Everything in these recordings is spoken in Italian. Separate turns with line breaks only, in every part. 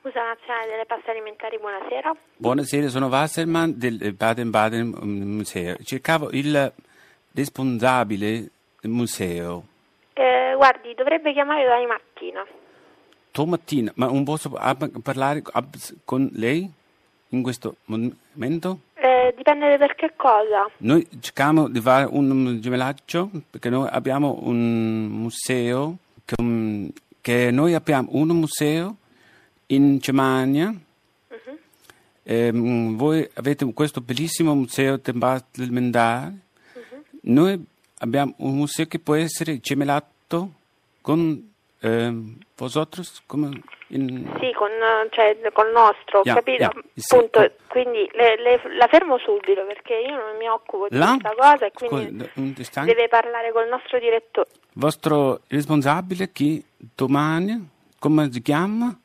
Scusa nazionale delle paste alimentari, buonasera.
Buonasera, sono Wasserman del eh, Baden-Baden mm, Museo. Cercavo il responsabile del museo.
Eh, guardi, dovrebbe chiamare domani mattina.
Tomattina, ma non posso ab- parlare ab- con lei in questo momento?
Eh, dipende per che cosa.
Noi cerchiamo di fare un gemellaggio perché noi abbiamo un museo che, che noi abbiamo un museo in Germania. Ehm, voi avete questo bellissimo museo tembatlementare. Noi abbiamo un museo che può essere gemellato con ehm, vosotros come in-
Sì, con, eh, cioè, con il nostro, ho
Yeah,
capito?
yeah, sì,
Punto.
eh.
Quindi le- le- la fermo subito perché io non mi occupo di
là?
questa cosa e quindi
Scusa, un istante.
deve parlare col nostro direttore.
vostro responsabile che domani, come si chiama?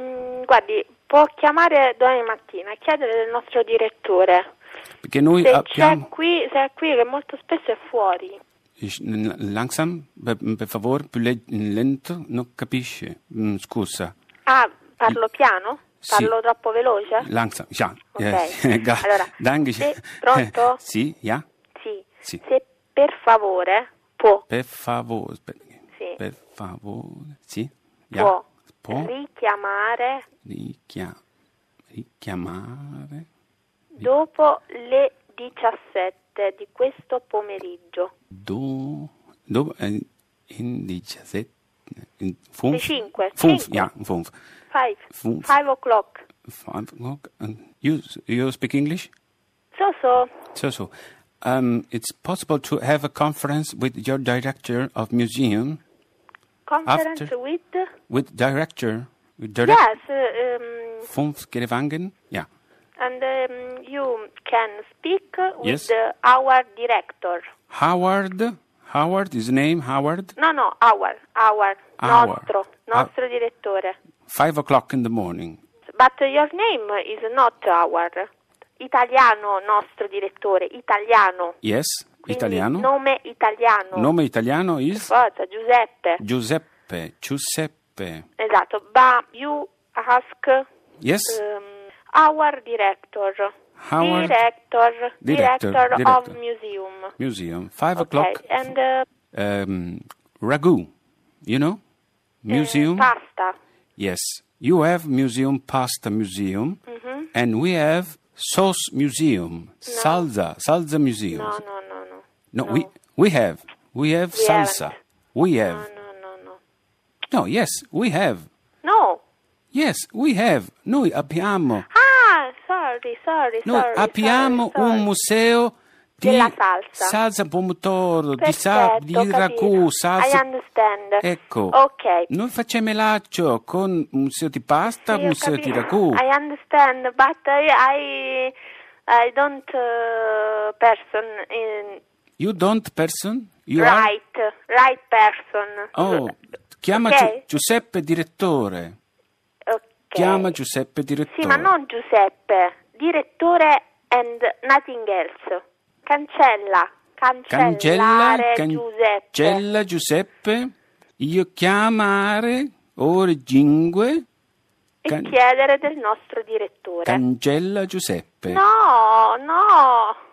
Mm, guardi, può chiamare domani mattina e chiedere del nostro direttore.
Perché noi
Se c'è
abbiamo...
qui, se è qui che molto spesso è fuori.
Ich- Langsam, per, per favore, più le- lento, non capisce. Mm, Scusa,
Ah, parlo piano?
Sì.
Parlo troppo veloce?
langsam, ja.
Ok.
Eh, gra-
Allora,
Dankeschön.
se- pronto?
Sì, ja,
Sì.
Sì.
Se per favore può,
per favore, aspetta.
Sì.
per favore, sì, ja.
può
Può
richiamare
richia- richiamare
dopo le 17 di questo pomeriggio.
do, do, eh, in 17, in fünf-
Le cinque,
fünf,
cinque.
ja, fünf.
5.
Fu-
5 o'clock.
Five o'clock. And you you speak English?
So so.
So so. Um, it's possible to have a conference with your director of museum.
Conference
After-
with
With director. With direct.
Yes, um,
Vom Gerevangen? Yeah.
and um, you can speak with
Yes.
uh, our director.
Howard. Howard. His name Howard.
No, no, our, our,
Our.
nostro,
Ah.
nostro direttore.
Five o'clock in the morning.
But your name is not our. Italiano, nostro direttore, italiano.
Yes.
Quindi
italiano.
Nome italiano.
Nome italiano is
Forza, Giuseppe.
Giuseppe. Giuseppe.
Esatto, but you ask
Yes.
um, our director.
Our-
director,
Director,
of
director.
museum.
Museum. Five
Okay,
o'clock.
and uh,
um, ragu. You know,
Uh,
museum.
pasta.
Yes, you have museum pasta museum,
Mm-hmm.
and we have sauce museum, salsa salsa museum.
No, no, no, no.
No, we we have we have
We
salsa.
haven't.
We
No,
have
no, no, no.
no. Yes, we have.
No.
Yes, we have. Noi abbiamo.
Ah, sorry, sorry,
Noi
sorry.
abbiamo
sorry,
un
sorry.
museo di
Della salsa.
pomodoro, di, sa-
Perfetto,
di
ho
ragù,
capito. I
salsa.
understand.
Ecco.
Ok.
Noi facciamo laccio con museo di pasta,
Sì, ho
museo di
capito.
ragù.
I understand, but I, I, I don't uh, person in
You don't person? You are?
right, right person.
Oh, chiama
Ok.
Giu- Giuseppe direttore.
Ok.
Chiama Giuseppe direttore.
Sì, ma non Giuseppe, direttore and nothing else. Cancella,
Cancella,
cancellare
can-
Giuseppe.
Cella Giuseppe. Io chiamare ore 5
e
can-
chiedere del nostro direttore.
Cancella Giuseppe.
No, no.